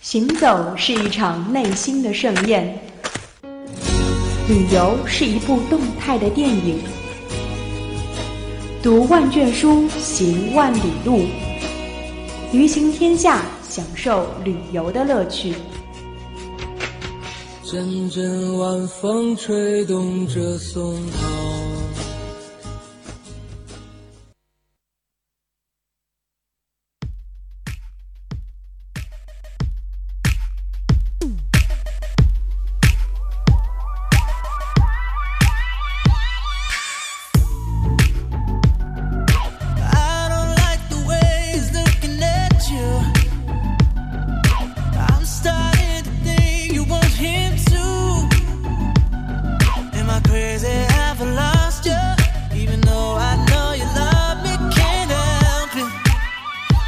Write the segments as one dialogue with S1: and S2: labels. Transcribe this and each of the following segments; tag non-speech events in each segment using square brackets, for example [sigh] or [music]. S1: 行走是一场内心的盛宴，旅游是一部动态的电影。读万卷书，行万里路，旅行天下，享受旅游的乐趣。
S2: 阵阵晚风吹动着松涛。
S3: I don't like the way he's looking at you. I'm starting to think you want him too. Am I crazy? Have I lost you? Even though I know you love me, can't help it.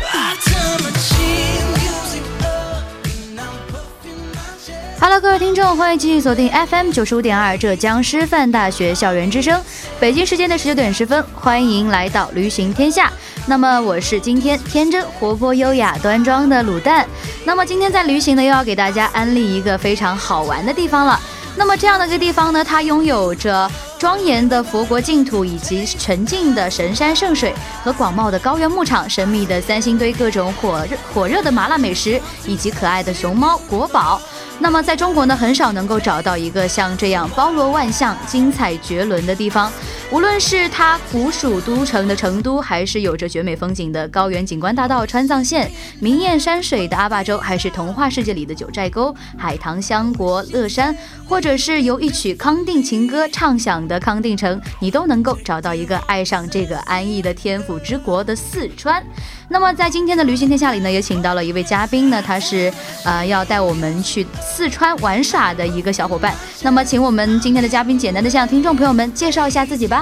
S3: I turn my cheap music up and I'm puffing my chest.
S4: Hello，各位听众，欢迎继续锁定 FM 九十五点二浙江师范大学校园之声，北京时间的十九点十分，欢迎来到《驴行天下》。那么我是今天天真、活泼、优雅、端庄的卤蛋。那么今天在旅行呢，又要给大家安利一个非常好玩的地方了。那么这样的一个地方呢，它拥有着庄严的佛国净土，以及沉静的神山圣水和广袤的高原牧场、神秘的三星堆、各种火热火热的麻辣美食，以及可爱的熊猫国宝。那么在中国呢，很少能够找到一个像这样包罗万象、精彩绝伦的地方。无论是它古蜀都城的成都，还是有着绝美风景的高原景观大道川藏线、明艳山水的阿坝州，还是童话世界里的九寨沟、海棠香国、乐山，或者是由一曲康定情歌唱响的康定城，你都能够找到一个爱上这个安逸的天府之国的四川。那么在今天的旅行天下里呢，也请到了一位嘉宾呢，他是呃要带我们去四川玩耍的一个小伙伴。那么请我们今天的嘉宾简单的向听众朋友们介绍一下自己吧。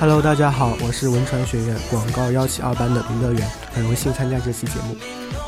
S5: Hello，大家好，我是文传学院广告幺七二班的林乐园，很荣幸参加这期节目。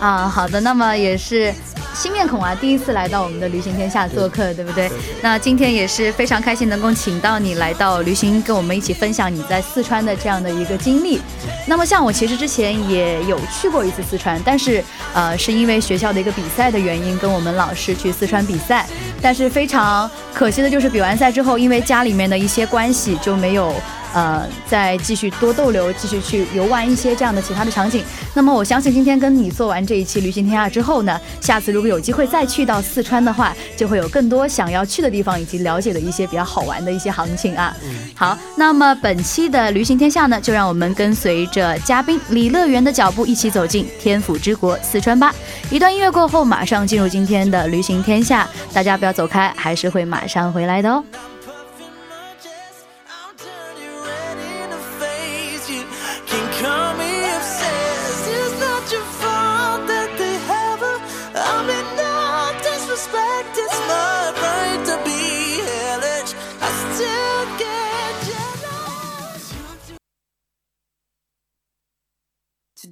S4: 啊，好的，那么也是新面孔啊，第一次来到我们的旅行天下做客，对不对？那今天也是非常开心能够请到你来到旅行，跟我们一起分享你在四川的这样的一个经历。那么像我其实之前也有去过一次四川，但是呃是因为学校的一个比赛的原因，跟我们老师去四川比赛，但是非常可惜的就是比完赛之后，因为家里面的一些关系就没有。呃，再继续多逗留，继续去游玩一些这样的其他的场景。那么我相信今天跟你做完这一期《旅行天下》之后呢，下次如果有机会再去到四川的话，就会有更多想要去的地方，以及了解的一些比较好玩的一些行情啊。好，那么本期的《旅行天下》呢，就让我们跟随着嘉宾李乐园的脚步，一起走进天府之国四川吧。一段音乐过后，马上进入今天的《旅行天下》，大家不要走开，还是会马上回来的哦。
S3: I'm puffing my chest. I'm dirty, ready to face you. Can call me obsessed. It's not your fault that they have her. I'm in no disrespect. It's my right to be hellish. I still get jealous.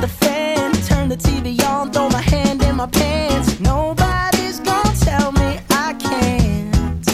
S3: the fan. Turn the TV on, throw my hand in my pants. Nobody's gonna tell me I can't.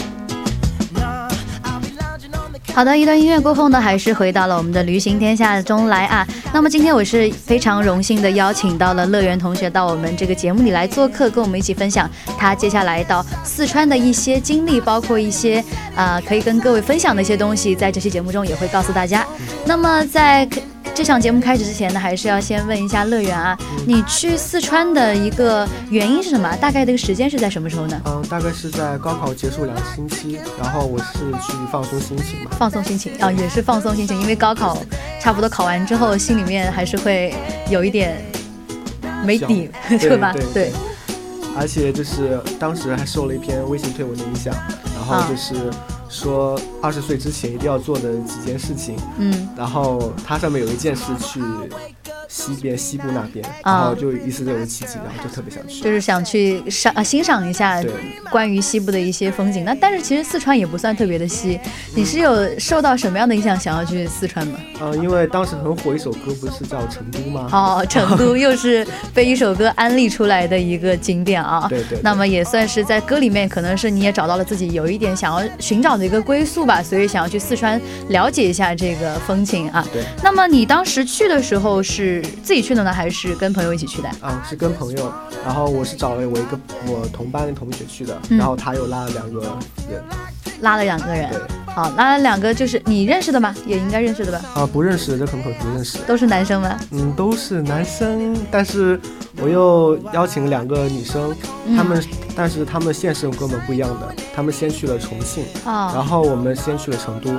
S3: Nah, I'll be lounging on the
S4: 好的，一段音乐过后呢，还是回到了我们的《旅行天下》中来啊。那么今天我是非常荣幸的邀请到了乐园同学到我们这个节目里来做客，跟我们一起分享他接下来到四川的一些经历，包括一些呃可以跟各位分享的一些东西，在这期节目中也会告诉大家。那么在这场节目开始之前呢，还是要先问一下乐园啊，你去四川的一个原因是什么？大概的一个时间是在什么时候呢？
S5: 嗯，大概是在高考结束两个星期，然后我是去放松心情嘛。
S4: 放松心情啊，也是放松心情，因为高考差不多考完之后，心里面还是会有一点没底，[laughs]
S5: 想 [laughs] 对
S4: 吧？
S5: 对对而且就是当时还受了一篇微信推文的影响，然后就是说二十岁之前一定要做的几件事情，
S4: 嗯，
S5: 然后它上面有一件是去西边、西部那边，然后就一次这种契机，然后就特别想去。
S4: 就是想去赏啊欣赏一下
S5: 对
S4: 关于西部的一些风景。那但是其实四川也不算特别的西，你是有受到什么样的影响想要去四川吗？
S5: 嗯、因为当时很火一首歌，不是叫《成都》吗？
S4: 哦，成
S5: [laughs]
S4: 都又是被一首歌安利出来的一个景点啊。
S5: 对对对
S4: 那么也算是在歌里面，可能是你也找到了自己有一点想要寻找的一个归宿吧，所以想要去四川了解一下这个风情啊。
S5: 对。
S4: 那么你当时去的时候是自己去的呢，还是跟朋友一起去的？
S5: 啊，是跟朋友，然后我是找了我一个我同班的同学去的，
S4: 嗯
S5: 然后他又拉了两个人，
S4: 拉了两个人
S5: 对。
S4: 好，拉了两个就是你认识的吗？也应该认识的吧？
S5: [laughs] 啊，不认识的，这很可能不认识，
S4: 都是男生吗？
S5: 嗯，都是男生，但是我又邀请两个女生，
S4: 嗯
S5: 她们，但是她们现实跟我们不一样的，她们先去了重庆，
S4: 啊、
S5: 然后我们先去了成都，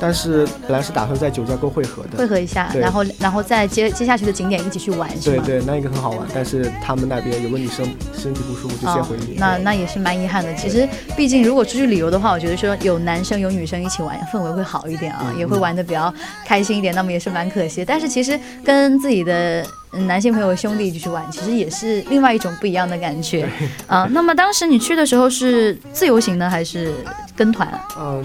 S5: 但是本来是打算在九寨沟汇合
S4: 汇
S5: 的，
S4: 合一下，
S5: 对
S4: 然后然后再接接下去的景点一起去玩，是
S5: 对
S4: 吗？
S5: 对，那一个很好玩，但是他们那边有个女生身体不舒服，就先
S4: 哦
S5: 回你。
S4: 那那也是蛮遗憾的。其实，毕竟如果出去旅游的话，我觉得说有男生有女生一起玩，氛围会好一点啊，
S5: 嗯
S4: 也会玩的比较开心一点。那么也是蛮可惜。但是其实跟自己的嗯男性朋友兄弟一起去玩，其实也是另外一种不一样的感觉啊。那么当时你去的时候是自由行呢，还是跟团？啊
S5: 嗯，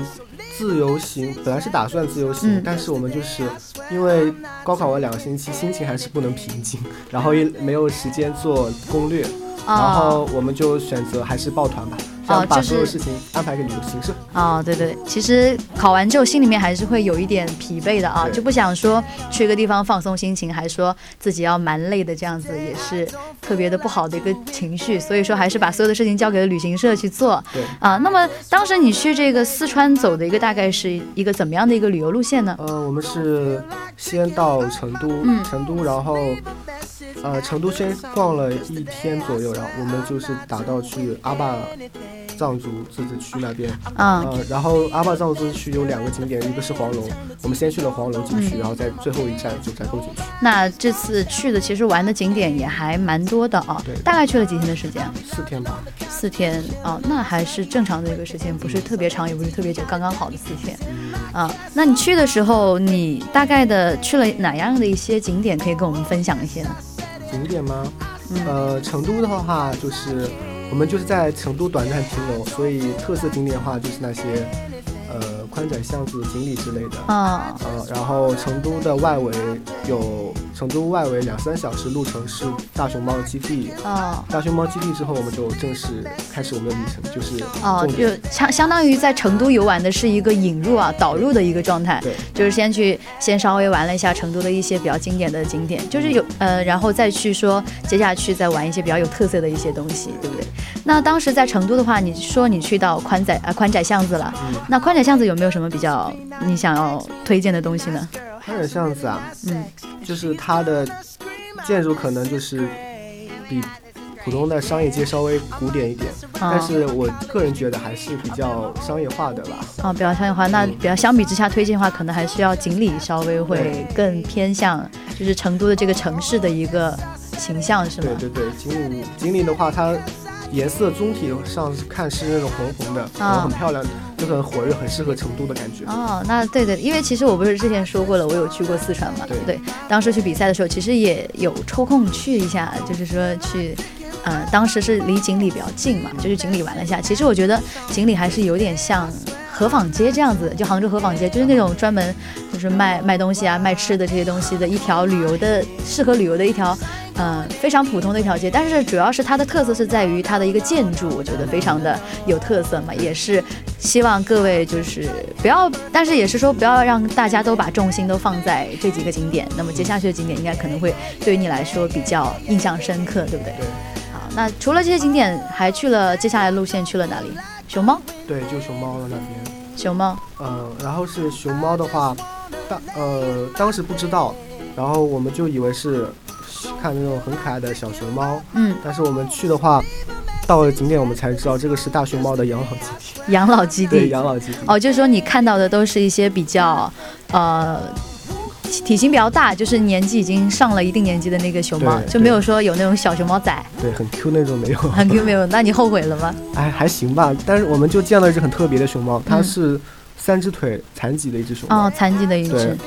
S5: 自由行本来是打算自由行，
S4: 嗯
S5: 但是我们就是因为高考完两个星期，心情还是不能平静， [laughs] 然后也没有时间做攻
S4: 哦
S5: 略，然后我们就选择还是抱团吧，这
S4: 哦
S5: 样把
S4: 就是
S5: 所有事情安排给旅行社。
S4: 哦，对对，其实考完之后心里面还是会有一点疲惫的啊，
S5: 对
S4: 就不想说去一个地方放松心情，还说自己要蛮累的，这样子也是特别的不好的一个情绪。所以说，还是把所有的事情交给了旅行社去做。
S5: 对
S4: 啊，那么当时你去这个四川走的一个大概是一个怎么样的一个旅游路线呢？
S5: 呃，我们是先到成都，
S4: 嗯
S5: 成都，然后呃，成都先逛了一天左右，然后我们就是打道去阿坝藏族自治区那边，
S4: 啊、
S5: 呃，然后阿坝藏族自治区有两个景点，一个是黄龙，我们先去了黄龙景
S4: 嗯
S5: 区，然后在最后一站九寨沟景区，
S4: 那这次去的其实玩的景点也还蛮多的啊
S5: 对，
S4: 大概去了几天的时间啊？
S5: 四天吧。
S4: 四天啊、那还是正常的一个时间，不是特别长，也不是特别久，刚刚好的四天啊、那你去的时候，你大概的去了哪样的一些景点，可以跟我们分享一些呢？
S5: 景点吗？
S4: 嗯
S5: 呃，成都的话就是我们就是在成都短暂停留，所以特色景点的话就是那些呃宽窄巷子、锦里之类的。
S4: 啊、
S5: 呃，然后成都的外围有成都外围两三小时路程是大熊猫基地。
S4: 哦
S5: 大熊猫基地之后，我们就正式开始我们的旅程，就是
S4: 哦，
S5: 重
S4: 就
S5: 点。
S4: 相相当于在成都游玩的是一个引入啊、导入的一个状态
S5: 对，
S4: 就是先去先稍微玩了一下成都的一些比较经典的景点，就是有呃，然后再去说接下去再玩一些比较有特色的一些东西，对不对？那当时在成都的话，你说你去到宽窄啊、呃宽窄巷子了，
S5: 嗯
S4: 那宽窄巷子有没有什么比较你想要推荐的东西呢？
S5: 宽窄巷子啊，
S4: 嗯，
S5: 就是它的建筑可能就是比普通的商业街稍微古典一点，
S4: 啊
S5: 但是我个人觉得还是比较商业化的吧。
S4: 啊，比较商业化，
S5: 嗯
S4: 那比较相比之下推荐的话，可能还是要锦里稍微会更偏向就是成都的这个城市的一个形象，是吗？
S5: 对对对，锦里锦里的话，它颜色总体上看是那种红红
S4: 啊
S5: 的，然后很漂亮，就很火热，很适合成都的感觉。
S4: 哦，那对对，因为其实我不是之前说过了，我有去过四川嘛，
S5: 对
S4: 当时去比赛的时候，其实也有抽空去一下，就是说去。呃，当时是离锦里比较近嘛，就去锦里玩了一下。其实我觉得锦里还是有点像河坊街这样子，就杭州河坊街，就是那种专门就是卖卖东西啊、卖吃的这些东西的一条旅游的适合旅游的一条，呃，非常普通的一条街。但是主要是它的特色是在于它的一个建筑，我觉得非常的有特色嘛，也是希望各位就是不要，但是也是说不要让大家都把重心都放在这几个景点。那么接下去的景点应该可能会对于你来说比较印象深刻，对不对？
S5: 对
S4: 好，那除了这些景点，还去了接下来路线去了哪里？熊猫，
S5: 对，就熊猫了那边。
S4: 熊猫，
S5: 嗯，然后是熊猫的话，当呃当时不知道，然后我们就以为是看那种很可爱的小熊猫，
S4: 嗯，
S5: 但是我们去的话，到了景点我们才知道这个是大熊猫的养老基
S4: [laughs]
S5: 地，
S4: 养老基
S5: 对，
S4: 地。
S5: 养老基地。
S4: 哦，就是说你看到的都是一些比较，呃。体体型比较大，就是年纪已经上了一定年纪的那个熊猫，
S5: 对
S4: 就没有说有那种小熊猫仔，
S5: 对，很 Q 那种没有， [laughs]
S4: 很 Q 没有？那你后悔了吗？
S5: 哎，还行吧。但是我们就见
S4: 嗯
S5: 到一只很特别的熊猫，它是三只腿残疾的一只熊猫。
S4: 哦，残疾的一
S5: 对
S4: 只，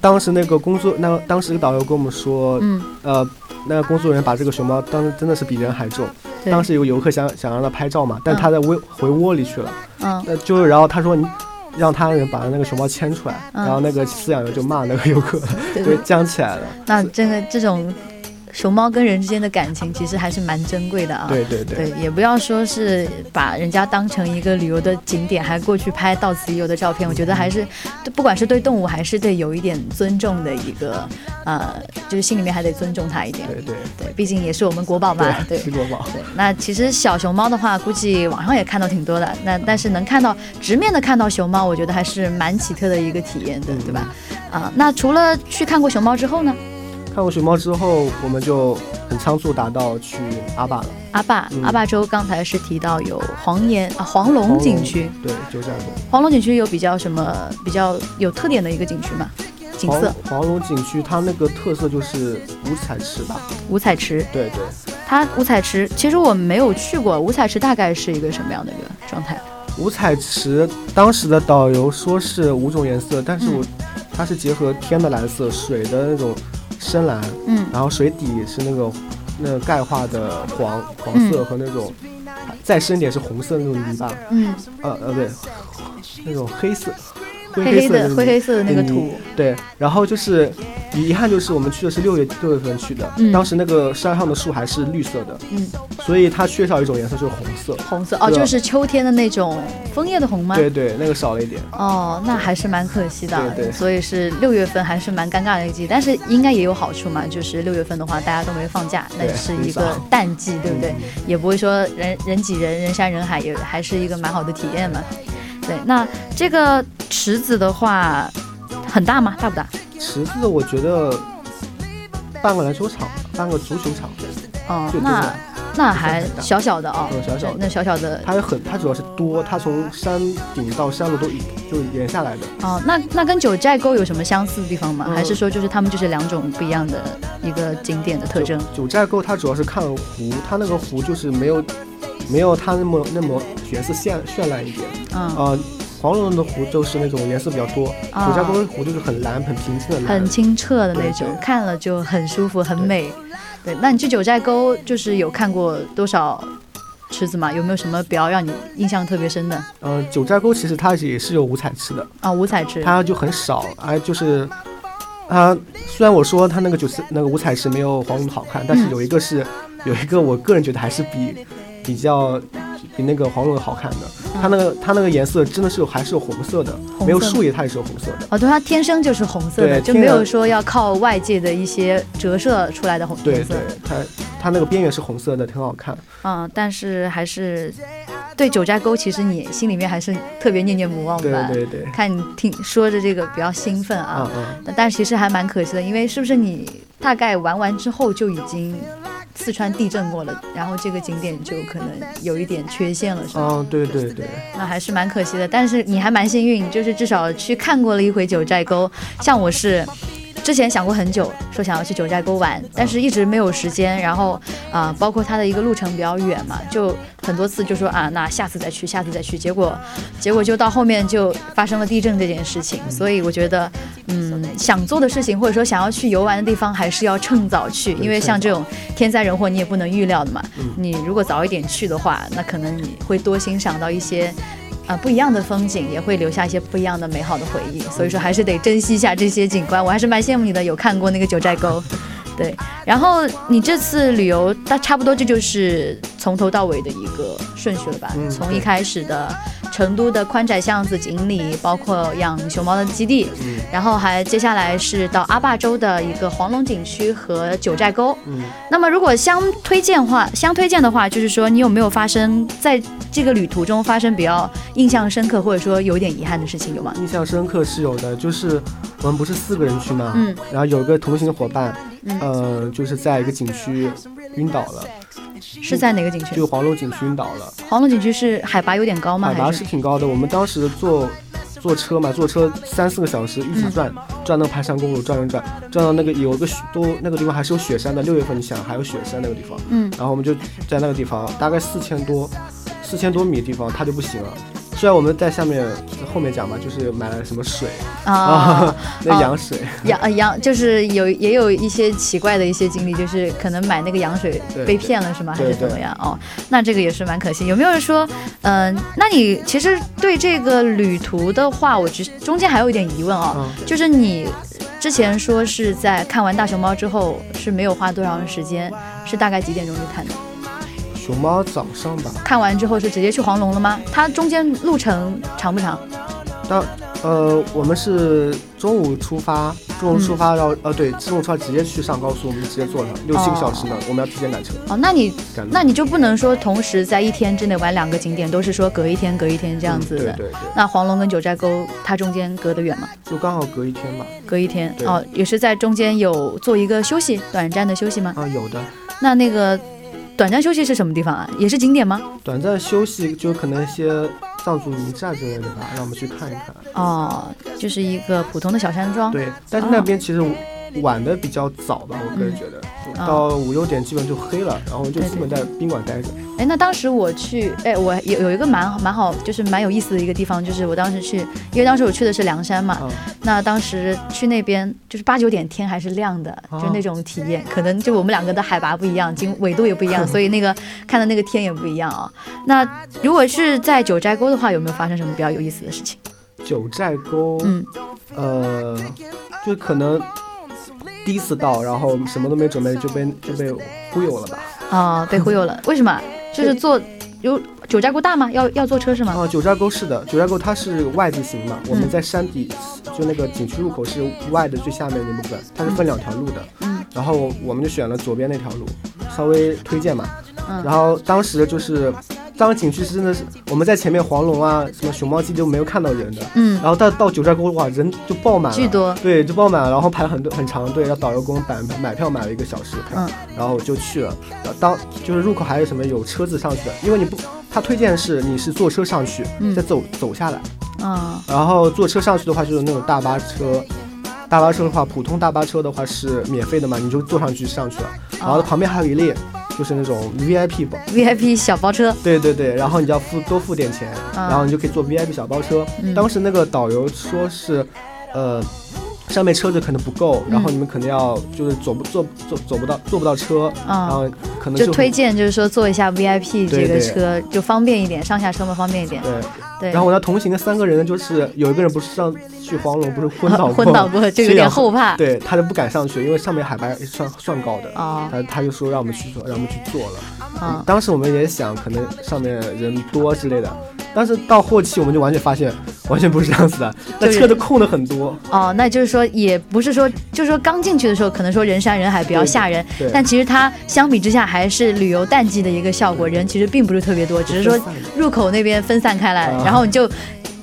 S5: 当时那个工作，那当时导游跟我们说，
S6: 嗯，
S5: 呃，那个工作人员把这个熊猫当时真的是比人还重。
S4: 对
S5: 当时有个游客想想让它拍照嘛，但
S4: 嗯
S5: 它在窝回窝里去了。
S4: 嗯，
S5: 那就然后他说你让他人把那个熊猫牵出来，
S4: 嗯
S5: 然后那个饲养员就骂那个游客，
S4: [laughs] 对
S5: 对，僵起来了。
S4: 那这个这种熊猫跟人之间的感情其实还是蛮珍贵的啊。
S5: 对对
S4: 对，也不要说是把人家当成一个旅游的景点，还过去拍到此一游的照片。我觉得还是，对不管是对动物还是对有一点尊重的一个，呃，就是心里面还得尊重它一点。
S5: 对对
S4: 对，毕竟也是我们国宝嘛。对
S5: 对，吃国宝。
S4: 对，那其实小熊猫的话，估计网上也看到挺多的。那但是能看到直面的看到熊猫，我觉得还是蛮奇特的一个体验的，对吧？啊、那除了去看过熊猫之后呢？
S5: 看过熊猫之后，我们就很仓促达到去阿坝了，
S4: 阿坝、
S5: 嗯
S4: 阿坝州刚才是提到有黄岩啊黄龙景区，
S5: 黄龙对，就这样子。
S4: 黄龙景区有比较什么比较有特点的一个景区吗？景
S5: 黄
S4: 色
S5: 黄龙景区它那个特色就是五彩池吧？
S4: 五彩池，
S5: 对对，
S4: 它五彩池其实我没有去过，五彩池大概是一个什么样的一个状态？
S5: 五彩池当时的导游说是五种颜色，但是我、
S4: 嗯
S5: 它是结合天的蓝色、水的那种深蓝，
S4: 嗯
S5: 然后水底是那个那个钙化的黄黄色和那种、再深点是红色的那种泥巴，
S4: 嗯，
S5: 呃呃不对，那种黑色灰
S4: 黑黑
S5: 色
S4: 的
S5: 泥
S4: 灰黑色的那个土
S5: 泥，嗯对，然后就是遗憾就是我们去的是六月六月份去的，
S4: 嗯
S5: 当时那个山上的树还是绿色的，
S4: 嗯，
S5: 所以它缺少一种颜色就是红色，
S4: 红色哦，
S5: 对啊
S4: 就是秋天的那种枫叶的红吗？
S5: 对对，那个少了一点。
S4: 哦，那还是蛮可惜的，
S5: 对对
S4: 所以是六月份还是蛮尴尬的一个季，但是应该也有好处嘛，就是六月份的话大家都没放假，那
S5: 对
S4: 是
S5: 很
S4: 一个
S5: 少
S4: 淡季，对不对
S5: 嗯？
S4: 也不会说人人挤人、人山人海，也还是一个蛮好的体验嘛。对，那这个池子的话很大吗？大不大？
S5: 池子我觉得半个篮球场，半个足球场，
S4: 哦
S5: 就，就
S4: 那
S5: 是
S4: 那还
S5: 就很大
S4: 小小的哦
S5: 嗯，小小的嗯
S4: 那小小的
S5: 它很它主要是多，它从山顶到山路都一就沿下来的。
S4: 哦，那那跟九寨沟有什么相似的地方吗？
S5: 嗯
S4: 还是说就是他们就是两种不一样的一个景点的特征？
S5: 九寨沟它主要是看湖，它那个湖就是没有没有它那么那么颜色绚绚烂一点。
S4: 嗯。
S5: 呃，黄龙的湖就是那种颜色比较多，
S4: 啊
S5: 九寨沟的湖就是很蓝，很平静的蓝。
S4: 很清澈的那
S5: 对
S4: 种
S5: 对，
S4: 看了就很舒服，很美。对，那你去九寨沟就是有看过多少池子吗？有没有什么比较让你印象特别深的
S5: 呃，九寨沟其实它也是有五彩池的，
S4: 啊？五彩池，
S5: 它就很少，哎，就是它虽然我说它那个九色那个五彩池没有黄龙的好看，但是
S4: 嗯
S5: 有一个是、有一个我个人觉得还是比比较比那个黄龙的好看的，它那个它那个颜色真的是有还是有红色的，
S4: 嗯红
S5: 没有
S4: 色的
S5: 树叶它也是有红色的。
S4: 哦，对，它天生就是红色的，
S5: 对
S4: 就
S5: 天
S4: 没有
S5: 然
S4: 说要靠外界的一些折射出来的红
S5: 对
S4: 颜色
S5: 对。，它它那个边缘是红色的，挺好看。
S4: 嗯，但是还是对九寨沟，其实你心里面还是特别念念不忘
S5: 对
S4: 吧？
S5: 对对，
S4: 看你听说着这个比较兴奋啊
S5: 啊，啊，
S4: 但但其实还蛮可惜的，因为是不是你大概玩完之后就已经四川地震过了，然后这个景点就可能有一点缺陷了，是吧？
S5: 嗯，对对对。
S4: 那还是蛮可惜的。但是你还蛮幸运，就是至少去看过了一回九寨沟。像我是。之前想过很久，说想要去九寨沟玩，但是一直没有时间。然后啊、包括它的一个路程比较远嘛，就很多次就说啊，那下次再去，下次再去。结果，结果就到后面就发生了地震这件事情。所以我觉得，嗯，想做的事情或者说想要去游玩的地方，还是要趁早嗯去，因为像这种天灾人祸你也不能预料的嘛。你如果早一点去的话，那可能你会多欣赏到一些。啊、不一样的风景也会留下一些不一样的美好的回忆，所以说还是得珍惜一下这些景观。我还是蛮羡慕你的，有看过那个九寨沟，对。然后你这次旅游，它差不多这就是从头到尾的一个顺序了吧？
S5: 嗯
S4: 从
S5: 对
S4: 一开始的成都的宽窄巷子锦里，包括养熊猫的基地，
S5: 嗯
S4: 然后还接下来是到阿坝州的一个黄龙景区和九寨沟。
S5: 嗯，
S4: 那么如果相推荐话，相推荐的话，就是说你有没有发生在这个旅途中发生比较印象深刻或者说有点遗憾的事情有吗？
S5: 印象深刻是有的，就是我们不是四个人去嘛，
S4: 嗯
S5: 然后有一个同行的伙伴，呃，就是在一个景区晕倒了，
S4: 是在哪个景区
S5: 就？黄龙景区晕倒了，
S4: 黄龙景区是海拔有点高吗？
S5: 海拔
S4: 还
S5: 是
S4: 是？
S5: 挺高的。我们当时坐坐车嘛，坐车三四个小时一起转，
S4: 嗯
S5: 转那个盘山公路，转转转，转到那个有个雪都那个地方还是有雪山的。六月份你想还有雪山那个地方，
S4: 嗯
S5: 然后我们就在那个地方，大概四千多四千多米的地方，他就不行了，虽然我们在下面后面讲吧，就是买了什么水
S4: 啊，
S5: [laughs] 那羊水，
S4: 羊呃羊就是有也有一些奇怪的一些经历，就是可能买那个羊水
S5: 对
S4: 被骗了是吗？还
S5: 对
S4: 是怎么样？哦，那这个也是蛮可惜。有没有人说，嗯、那你其实对这个旅途的话，我觉中间还有一点疑问哦，
S5: 嗯
S4: 就是你之前说是在看完大熊猫之后是没有花多长时间，是大概几点钟去看的？
S5: 熊猫早上吧，
S4: 看完之后是直接去黄龙了吗？它中间路程长不长？
S5: 当呃，我们是中午出发，中午
S4: 嗯
S5: 出发，然后呃，对，中午出发直接去上高速，我们直接坐上六七个小时呢，我们要提前赶车
S4: 哦，那你
S5: 赶路。
S4: 那你就不能说同时在一天之内玩两个景点，都是说隔一天隔一天这样子的。
S5: 嗯对对对，
S4: 那黄龙跟九寨沟，它中间隔得远吗？
S5: 就刚好隔一天吧。
S4: 隔一天
S5: 对
S4: 哦，也是在中间有做一个休息，短暂的休息吗？
S5: 啊，有的，
S4: 那那个短暂休息是什么地方啊？也是景点吗？
S5: 短暂休息就可能一些藏族名寨之类的吧，让我们去看一看。
S4: 哦，就是一个普通的小山庄。
S5: 对，但是那边其实晚的比较早吧，我个人觉得，
S4: 哦
S5: 就到五六点基本就黑了，然后就
S4: 嗯对
S5: 基本在宾馆待着。
S4: 哎，那当时我去，哎，我有有一个蛮蛮好，就是蛮有意思的一个地方，就是我当时去，因为当时我去的是凉山嘛，
S5: 嗯
S4: 那当时去那边就是八九点天还是亮的，
S5: 哦
S4: 就那种体验，可能就我们两个的海拔不一样，经纬度也不一样，所以那个看的那个天也不一样啊、那如果是在九寨沟的话，有没有发生什么比较有意思的事情？
S5: 九寨沟，
S4: 嗯，
S5: 呃，就可能第一次到，然后什么都没准备就被就被忽悠了吧。
S4: 啊、被忽悠了，为什么啊？就是坐有九寨沟大吗？要要坐车是吗？
S5: 哦，九寨沟是的，九寨沟它是外地行嘛，
S4: 嗯
S5: 我们在山底，就那个景区入口是外的最下面那部分，它是分两条路的。
S4: 嗯。
S5: 然后我们就选了左边那条路，稍微推荐嘛。
S4: 嗯
S5: 然后当时就是，当时景区是真的是我们在前面黄龙啊，什么熊猫记都没有看到人的。
S4: 嗯，
S5: 然后到到九寨沟哇，人就爆满了，
S4: 巨多
S5: 对，就爆满了，然后排了很多很长的队，然后导游给我们买买票买了一个小时的票，
S4: 嗯
S5: 然后就去了。然后当就是入口还有什么有车子上去的，因为你不，他推荐是你是坐车上去，
S4: 嗯
S5: 再走走下来，
S4: 啊、
S5: 然后坐车上去的话就是那种大巴车。大巴车的话，普通大巴车的话是免费的嘛，你就坐上去上去了。然
S4: 哦
S5: 后旁边还有一列，就是那种 VIP 包，
S4: v i p 小包车，
S5: 对对对，然后你就要付多付点钱，
S4: 啊
S5: 然后你就可以坐 VIP 小包车。
S4: 嗯
S5: 当时那个导游说是，呃，上面车子可能不够，
S4: 嗯
S5: 然后你们可能要就是走不坐坐走不到坐不到车，
S4: 啊
S5: 然后可能
S4: 就
S5: 很
S4: 推。荐就是说坐一下 VIP 这
S5: 对
S4: 个
S5: 对
S4: 车就方便一点，上下车嘛方便一点。
S5: 对，
S4: 对，
S5: 然后我那同行的三个人呢，就是有一个人不是上去黄龙不是昏倒过，
S4: [laughs] 昏倒
S5: [laughs]
S4: 过这个有点后怕
S5: 对，他就不敢上去，因为上面海拔也算算高的，
S4: 哦
S5: 他他就说让我们去做，让我们去做了。
S4: 啊
S5: 当时我们也想，可能上面人多之类的，但是到后期我们就完全发现，完全不是这样
S4: [laughs]
S5: 子的。那
S4: 就是
S5: 车都空了很多，
S4: 哦，那就是说也不是说，就是说刚进去的时候可能说人山人海比较吓人
S5: 对对，
S4: 但其实它相比之下还是旅游淡季的一个效果，人其实并不是特别多，只是说
S5: 分散了
S4: 入口那边分散开来，
S5: 啊
S4: 然后你就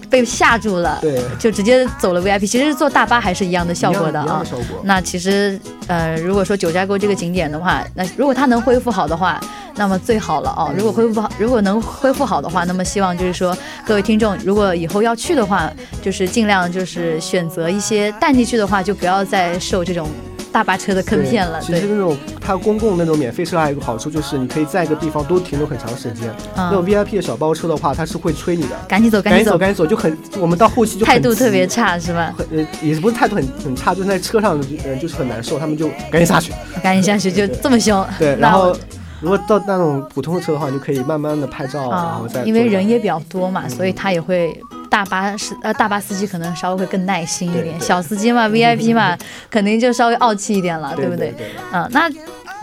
S4: 被吓住了， [laughs]
S5: 对，
S4: 就直接走了 VIP，其实坐大巴还是一样的效果的
S5: 一样
S4: 啊
S5: 的。效果。
S4: 那其实，呃，如果说九寨沟这个景点的话，那如果它能恢复好的话，那么最好了哦。如果恢复不好，如果能恢复好的话，那么希望就是说，各位听众，如果以后要去的话，就是尽量就是选择一些淡季去的话，就不要再受这种大巴车的坑
S5: 对
S4: 骗了。
S5: 其
S4: 对
S5: 实，那种它公共那种免费车还有一个好处就是，你可以在一个地方多停留很长时间。那种 VIP 的小包车的话，它是会催你的，
S4: 赶紧嗯走，赶紧
S5: 赶紧走，
S4: 走，
S5: 赶紧走，就很我们到后期就很
S4: 态度特别
S5: 急。
S4: 差是吧？
S5: 很呃，也不是态度很很差，就是在车上的人就是很难受，他们就赶紧下去。
S4: 赶紧下去就这么凶。
S5: 对，
S4: [laughs] 那
S5: 然后
S4: 我
S5: 如果到那种普通的车的话，你就可以慢慢的拍照，哦然
S4: 啊
S5: 后再，
S4: 因为
S5: 坐
S4: 人
S5: 下
S4: 也比较多嘛，
S5: 嗯
S4: 所以他也会。大巴司呃，大巴司机可能稍微会更耐心一
S5: 对
S4: 点，
S5: 对
S4: 小司机嘛，VIP 嘛，肯定就稍微傲气一点了，
S5: 对
S4: 不对？
S5: 对？
S4: 嗯、那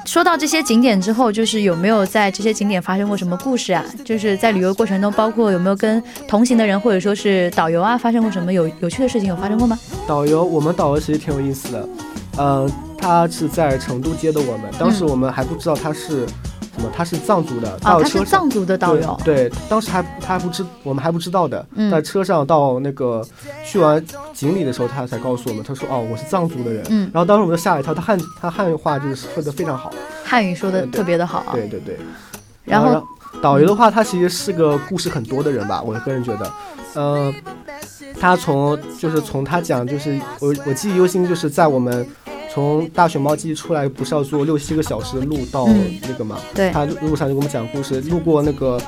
S4: 说到这些景点之后，就是有没有在这些景点发生过什么故事啊？就是在旅游过程中，包括有没有跟同行的人或者说是导游啊，发生过什么有有趣的事情？有发生过吗？
S5: 导游，我们导游其实挺有意思的，呃，他是在成都接的我们，当
S4: 嗯
S5: 时我们还不知道他是什么，他是藏族的，
S4: 啊，
S5: 到
S4: 他是
S5: 车
S4: 藏
S5: 上。
S4: 族的导游，
S5: 哦对，对当时还他还不知，我们还不知道的。
S4: 嗯
S5: 在车上到那个去完锦里的时候，他才告诉我们，他说：“哦，我是藏族的人。”
S4: 嗯
S5: 然后当时我们就吓了一跳，他汉他汉话就是说的非常好。
S4: 汉语说的
S5: 对对
S4: 特别的好啊。
S5: 对对对。
S4: 然后
S5: 导游的话，他其实是个故事很多的人吧，我个人觉得，呃，他从就是从他讲，就是我我记忆犹新，就是在我们从大熊猫基地出来，不是要坐六七个小时的路到
S4: 嗯
S5: 那个嘛，
S4: 对
S5: 他路上就给我们讲故事，路过那个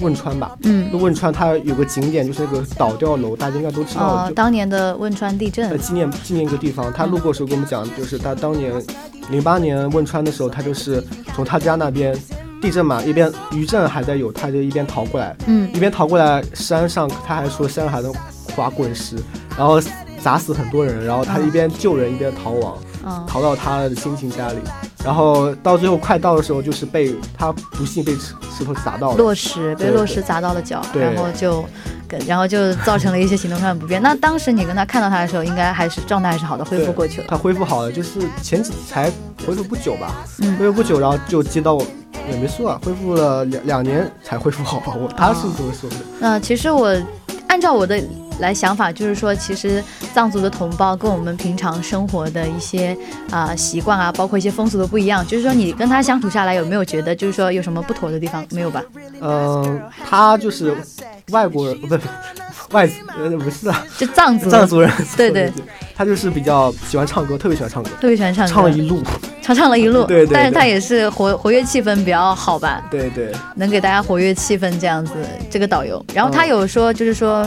S5: 汶川吧。
S4: 嗯，
S5: 那汶川它有个景点，就是那个倒掉楼，大家应该都知道，
S4: 哦，
S5: 就
S4: 当年的汶川地震
S5: 呃，纪念纪念一个地方。他路过的时候跟我们讲，就是他当年零八年汶川的时候，他就是从他家那边地震嘛，一边余震还在有，他就一边逃过来，
S4: 嗯
S5: 一边逃过来山上，他还说山上还能滑滚石，然后砸死很多人，然后他一边救人一边逃亡。
S4: 啊、
S5: 逃到他的亲戚家里，然后到最后快到的时候，就是被他不幸被石石头砸到了。
S4: 落石被
S5: 对
S4: 落石砸到了脚，
S5: 哦对
S4: 然后就跟然后就造成了一些行动上的不便。那当时你跟他看到他的时候，应该还是状态还是好的，恢复
S5: 对
S4: 过去
S5: [laughs]
S4: 了。
S5: 他恢复好了，就是前几才恢复不久吧，
S4: 嗯
S5: 恢复不久，然后就接到我也没说啊，恢复了两两年才恢复好吧，我他是这么说的，
S4: 那其实我按照我的来想法，就是说，其实藏族的同胞跟我们平常生活的一些啊、习惯啊，包括一些风俗都不一样。就是说，你跟他相处下来，有没有觉得就是说有什么不妥的地方？没有吧？
S5: 嗯、他就是外国人，不是外呃不是啊，
S4: 就藏族，
S5: 藏族人，
S4: 嗯对
S5: [laughs]
S4: 对，
S5: 他就是比较喜欢唱歌，特别喜欢唱歌，
S4: 特别喜欢唱歌，
S5: 唱了一路，
S4: 唱唱了一路，
S5: 对对对
S4: 但是他也是活活跃气氛比较好吧？
S5: 对对，
S4: 能给大家活跃气氛这样子，这个导游。然后他
S5: 嗯
S4: 有说，就是说，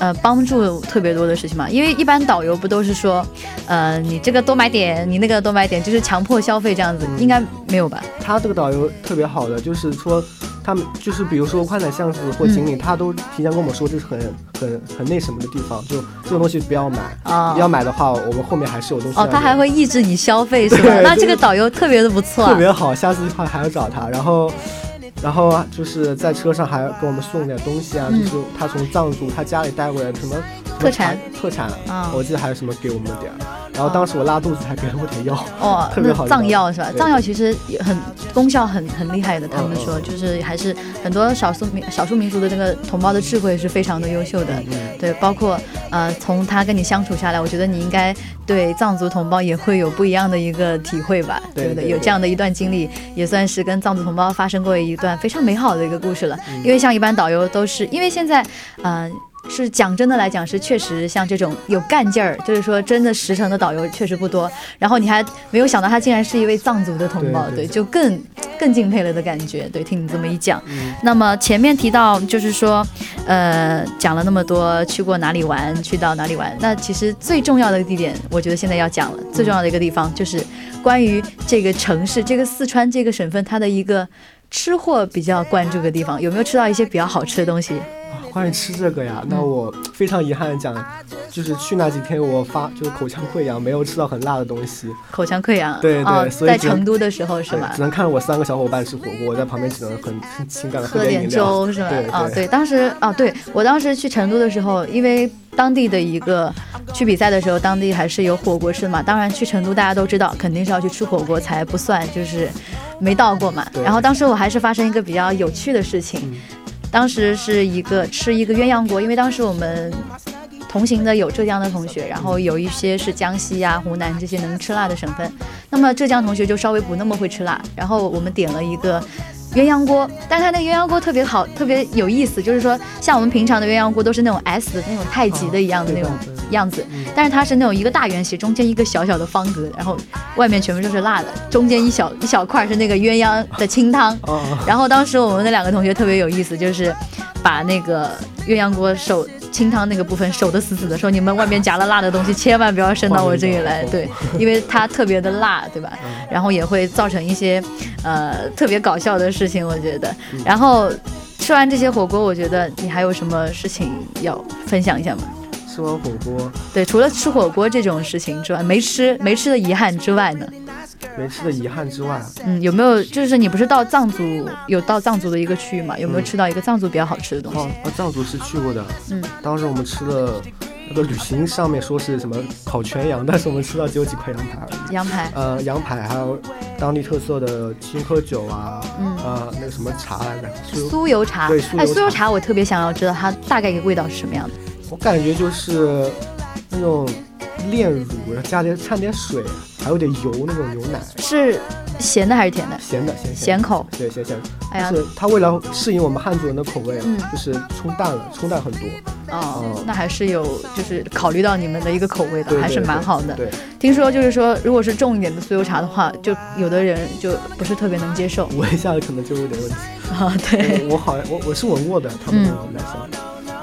S4: 呃，帮助特别多的事情嘛，因为一般导游不都是说，呃，你这个多买点，你那个多买点，就是强迫消费这样子，
S5: 嗯
S4: 应该没有吧？
S5: 他这个导游特别好的，就是说他们就是比如说宽窄巷子或锦里，他都提前跟我们说这是很很很那什么的地方，就这种东西不要买，
S4: 啊、
S5: 要买的话我们后面还是有啊东西要
S4: 哦
S5: 留。，
S4: 他还会抑制你消费是
S5: [laughs]
S4: 吧？
S5: 对
S4: 那这
S5: 就是
S4: 个导游特别的不错
S5: 特
S4: 啊。
S5: 别好，下次的话还要找他。然后，然后就是在车上还要给我们送点东西啊，
S4: 嗯
S5: 就是他从藏族他家里带过来什么。
S4: 特产
S5: 什么茶，特产
S4: 啊
S5: 我记得还有什么给我们点儿，然后当时我拉肚子还给了我点药，
S4: 哦，
S5: [laughs] 特别
S4: 那
S5: 好的
S4: 藏药是吧？
S5: 对
S4: 藏药其实也很功效很很厉害的，他们
S5: 嗯嗯
S4: 说就是还是很多少数民少数民族的这个同胞的智慧是非常的优秀的，
S5: 嗯
S4: 对，包括呃从他跟你相处下来，我觉得你应该对藏族同胞也会有不一样的一个体会吧，
S5: 对
S4: 不
S5: 对
S4: 有这样的一段经历，也算是跟藏族同胞发生过一段非常美好的一个故事了，
S5: 嗯
S4: 因为像一般导游都是因为现在嗯。呃是讲真的来讲，是确实像这种有干劲儿，就是说真的实诚的导游确实不多。然后你还没有想到他竟然是一位藏族的同胞，
S5: 对对
S4: 就更更敬佩了的感觉。对，听你这么一讲，那么前面提到就是说，呃，讲了那么多去过哪里玩，去到哪里玩，那其实最重要的地点，我觉得现在要讲了，最重要的一个地方就是关于这个城市，这个四川这个省份它的一个。吃货比较关注的地方，有没有吃到一些比较好吃的东西？
S5: 啊关于吃这个
S4: 嗯
S5: 呀，那我非常遗憾的讲，就是去那几天我发就是口腔溃疡，没有吃到很辣的东西，
S4: 口腔溃疡，
S5: 对对
S4: 哦
S5: 所以
S4: 在
S5: 只能
S4: 成都的时候是
S5: 对
S4: 吗
S5: 只？能看我三个小伙伴吃火锅，我在旁边只能很很情感的
S4: 喝
S5: 点
S4: 点
S5: 饮料。
S4: 粥是吧
S5: 对？
S4: 啊，
S5: 对
S4: 对，当时啊，对我当时去成都的时候，因为当地的一个去比赛的时候，当地还是有火锅吃的嘛。当然去成都大家都知道，肯定是要去吃火锅才不算，就是没到过嘛。
S5: 对嗯
S4: 然后当时我还是发生一个比较有趣的事情，当时是一个吃一个鸳鸯锅，因为当时我们同行的有浙江的同学，然后有一些是江西呀、湖南这些能吃辣的省份。那么浙江同学就稍微不那么会吃辣，然后我们点了一个鸳鸯锅，但是它那个鸳鸯锅特别好，特别有意思，就是说像我们平常的鸳鸯锅都是那种 S 的那种太极的一样的那种
S5: 哦对对对
S4: 样子
S5: 嗯，
S4: 但是它是那种一个大圆形，中间一个小小的方格，然后外面全部都是辣的，中间一小一小块是那个鸳鸯的清汤，
S5: 哦，
S4: 然后当时我们那两个同学特别有意思，就是把那个鸳鸯锅手清汤那个部分守得死死的，说你们外面夹了辣的东西千万不要伸到我这里来，对，因为它特别的辣，对吧？然后也会造成一些呃特别搞笑的事情，我觉得。然后吃完这些火锅，我觉得你还有什么事情要分享一下吗？
S5: 吃完火锅
S4: 对，除了吃火锅这种事情之外，没吃没吃的遗憾之外呢，
S5: 没吃的遗憾之外，
S4: 嗯，有没有就是你不是到藏族有到藏族的一个区域嘛？有没有吃到一个藏族比较好吃的东西？
S5: 嗯哦，啊藏族是去过的，
S4: 嗯，
S5: 当时我们吃了那个旅行上面说是什么烤全羊，但是我们吃到只有几块羊排而已。
S4: 羊排，
S5: 呃，羊排还有当地特色的青稞酒啊，
S4: 嗯
S5: 啊、那个什么茶来着，就
S4: 酥油茶。
S5: 对酥油
S4: 哎，酥油
S5: 茶
S4: 茶我特别想要知道它大概一个味道是什么样的。
S5: 我感觉就是那种炼乳，然后加点掺点水，还有点油那种牛奶，
S4: 是咸的还是甜的？
S5: 咸的咸
S4: 咸
S5: 咸的
S4: 口。
S5: 对咸咸的，
S4: 哎呀
S5: 就是它为了适应我们汉族人的口味，
S4: 嗯
S5: 就是冲淡了，冲淡很多，
S4: 哦
S5: 哦，
S4: 那还是有就是考虑到你们的一个口味
S5: 对
S4: 的，还是
S5: 对
S4: 蛮
S5: 对
S4: 好的。
S5: 对，
S4: 听说就是说，如果是重一点的酥油茶的话，就有的人就不是特别能接受
S5: 闻一下可能就有点问题。
S4: 啊。对， [laughs]
S5: 我好像我我是闻过的，他们
S4: 嗯
S5: 的奶香。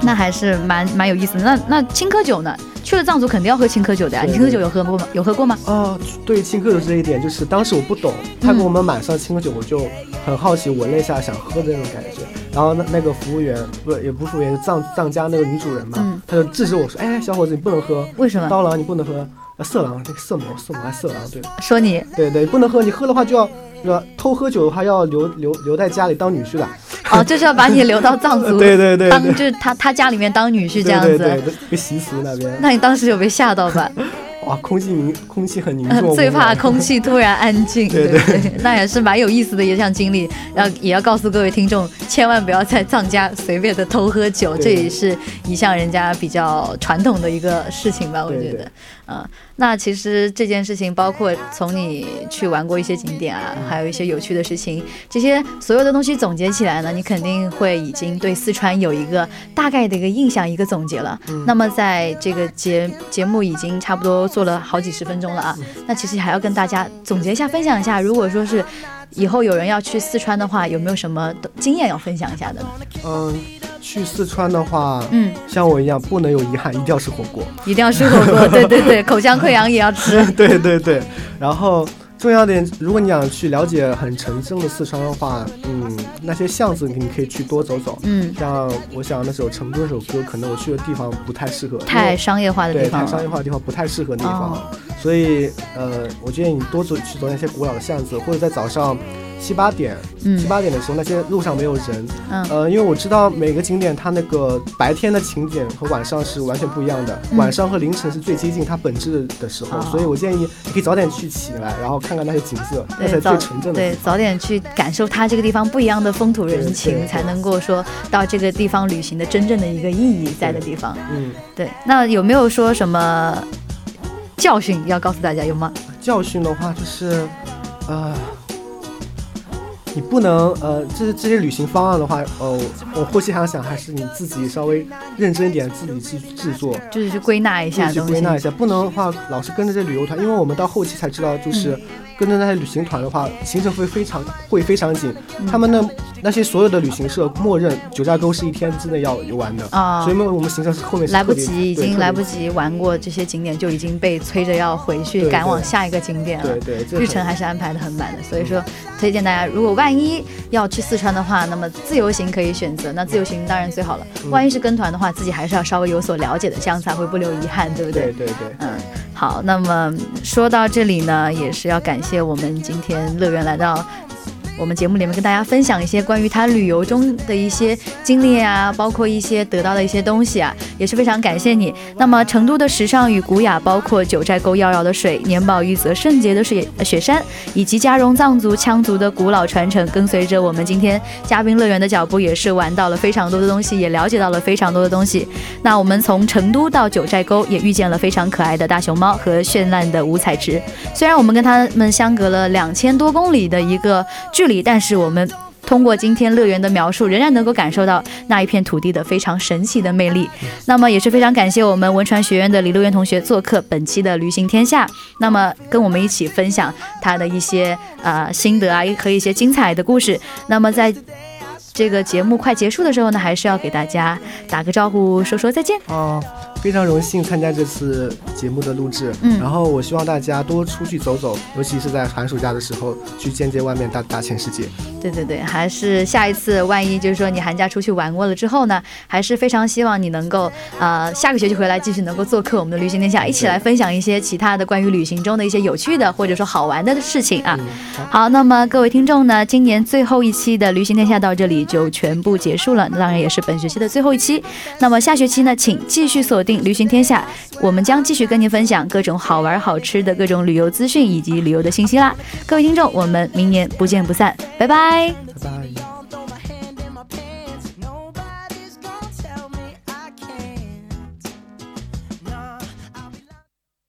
S4: 那还是蛮蛮有意思的。那那青稞酒呢？去了藏族肯定要喝青稞酒的呀。
S5: 对
S4: 你青稞酒有喝过吗？有喝过吗？
S5: 哦，对青稞酒这一点，就是当时我不懂，他给我
S4: 嗯
S5: 们满上青稞酒，我就很好奇，闻了一下想喝的那种感觉。然后那那个服务员不是也不是服务员，是藏藏家那个女主人嘛，
S4: 嗯
S5: 她就制止我说：“哎，小伙子，你不能喝，
S4: 为什么？
S5: 刀郎你不能喝，呃色狼那个色魔色魔还是色狼，对
S4: 说你
S5: 对对，不能喝，你喝的话就要。”要偷喝酒的话要留留留在家里当女婿的，
S4: 哦，就是要把你留到藏族，
S5: [laughs] 对对对
S4: 当
S5: 对
S4: 就是他他家里面当女婿这样
S5: 对
S4: 子。
S5: 对对，一个习俗那边，
S4: 那你当时有被吓到吧？
S5: 哇，空气凝空气很凝
S4: [laughs]
S5: 重，
S4: 最
S5: 我
S4: 怕
S5: 们
S4: 空气突然安静，
S5: 啊 [laughs] 对
S4: 对不对？那也是蛮有意思的一项经历，然后也要告诉各位听众，千万不要在藏家随便的偷喝酒，这
S5: 对
S4: 也是一项人家比较传统的一个事情吧，我
S5: 对
S4: 觉
S5: 对
S4: 得。啊，那其实这件事情包括从你去玩过一些景点啊，还有一些有趣的事情，这些所有的东西总结起来呢，你肯定会已经对四川有一个大概的一个印象、一个总结了。
S5: 嗯
S4: 那么在这个节节目已经差不多做了好几十分钟了
S5: 嗯
S4: 啊，那其实还要跟大家总结一下、分享一下，如果说是以后有人要去四川的话，有没有什么经验要分享一下的呢？
S5: 嗯，去四川的话，
S4: 嗯，
S5: 像我一样不能有遗憾，一定要吃火锅。
S4: 一定要吃火
S5: [laughs]
S4: 锅，对对对，口腔溃疡也要吃。
S5: 对对对，然后重要点，如果你想去了解很纯正的四川的话，嗯，那些巷子你可以去多走走。
S4: 嗯，
S5: 像我想那首《成都》那首歌，可能我去的地方不太适合，
S4: 太商业化的
S5: 因为
S4: 地
S5: 对
S4: 方了，
S5: 太商业化的地方不太适合那地方，
S4: 哦
S5: 所以呃，我建议你多走去走那些古老的巷子，或者在早上七八点、
S4: 嗯
S5: 七八点的时候，那些路上没有人，
S4: 嗯
S5: 呃，因为我知道每个景点它那个白天的景点和晚上是完全不一样的，
S4: 嗯
S5: 晚上和凌晨是最接近它本质的时候，
S4: 哦
S5: 所以我建议你可以早点去起来，然后看看那些景色，那才
S4: 对，
S5: 是
S4: 早
S5: 最纯正的
S4: 对
S5: 地方。
S4: 早点去感受它这个地方不一样的风土人
S5: 对对
S4: 情，
S5: 对
S4: 才能够说到这个地方旅行的真正的一个意义在的地方。
S5: 嗯，
S4: 对，那有没有说什么教训要告诉大家？有吗？
S5: 教训的话就是，呃。你不能，呃，这这些旅行方案的话，呃，我后期还想还是你自己稍微认真一点，自己去制作，
S4: 就是去归纳一嗯
S5: 自
S4: 下
S5: 己去
S4: 东西
S5: 归。纳一下，不能的话老是跟着这旅游团，因为我们到后期才知道，就是
S4: 嗯
S5: 跟着那些旅行团的话，行程会非常会非常紧。
S4: 嗯
S5: 他们的那些所有的旅行社默认九寨沟是一天之内要游玩的，
S4: 啊
S5: 所以我们行程是后面是
S4: 来不
S5: 特别
S4: 及，已
S5: 对
S4: 经
S5: 特别
S4: 来不及玩过这些景点，就已经被催着要回去
S5: 对
S4: 赶往
S5: 对
S4: 下一个景点了
S5: 对。对，这
S4: 日
S5: 很嗯
S4: 程还是安排的很满的，所以说推荐大家，如果万一要去四川的话，那么自由行可以选择。那自由行当然最好了，
S5: 嗯
S4: 万一是跟团的话，自己还是要稍微有所了解的，这样才会不留遗憾，对不
S5: 对对对，
S4: 嗯，好，那么说到这里呢，也是要感谢我们今天乐园来到。我们节目里面跟大家分享一些关于他旅游中的一些经历啊，包括一些得到的一些东西啊，也是非常感谢你。那么成都的时尚与古雅，包括九寨沟妖娆的水、年宝玉泽圣洁的雪呃雪山，以及嘉绒藏族、羌族的古老传承，跟随着我们今天嘉宾乐园的脚步，也是玩到了非常多的东西，也了解到了非常多的东西。那我们从成都到九寨沟，也遇见了非常可爱的大熊猫和绚烂的五彩池。虽然我们跟它们相隔了两千多公里的一个距离，但是我们。通过今天乐园的描述，仍然能够感受到那一片土地的非常神奇的魅力。那么也是非常感谢我们文传学院的李乐园同学做客本期的《旅行天下》，那么跟我们一起分享他的一些呃心得啊和一些精彩的故事。那么在这个节目快结束的时候呢，还是要给大家打个招呼，说说再见。
S5: 啊，非常荣幸参加这次节目的录制。
S4: 嗯
S5: 然后我希望大家多出去走走，尤其是在寒暑假的时候，去见见外面大大千世界。
S4: 对对对，还是下一次，万一就是说你寒假出去玩过了之后呢，还是非常希望你能够呃下个学期回来继续能够做客我们的旅行天下，一起来分享一些其他的关于旅行中的一些有趣的或者说好玩的事情啊。好，那么各位听众呢，今年最后一期的《旅行天下》到这里就全部结束了，那当然也是本学期的最后一期。那么下学期呢，请继续锁定《旅行天下》，我们将继续跟您分享各种好玩好吃的各种旅游资讯以及旅游的信息啦。各位听众，我们明年不见不散，拜拜。
S5: 拜拜。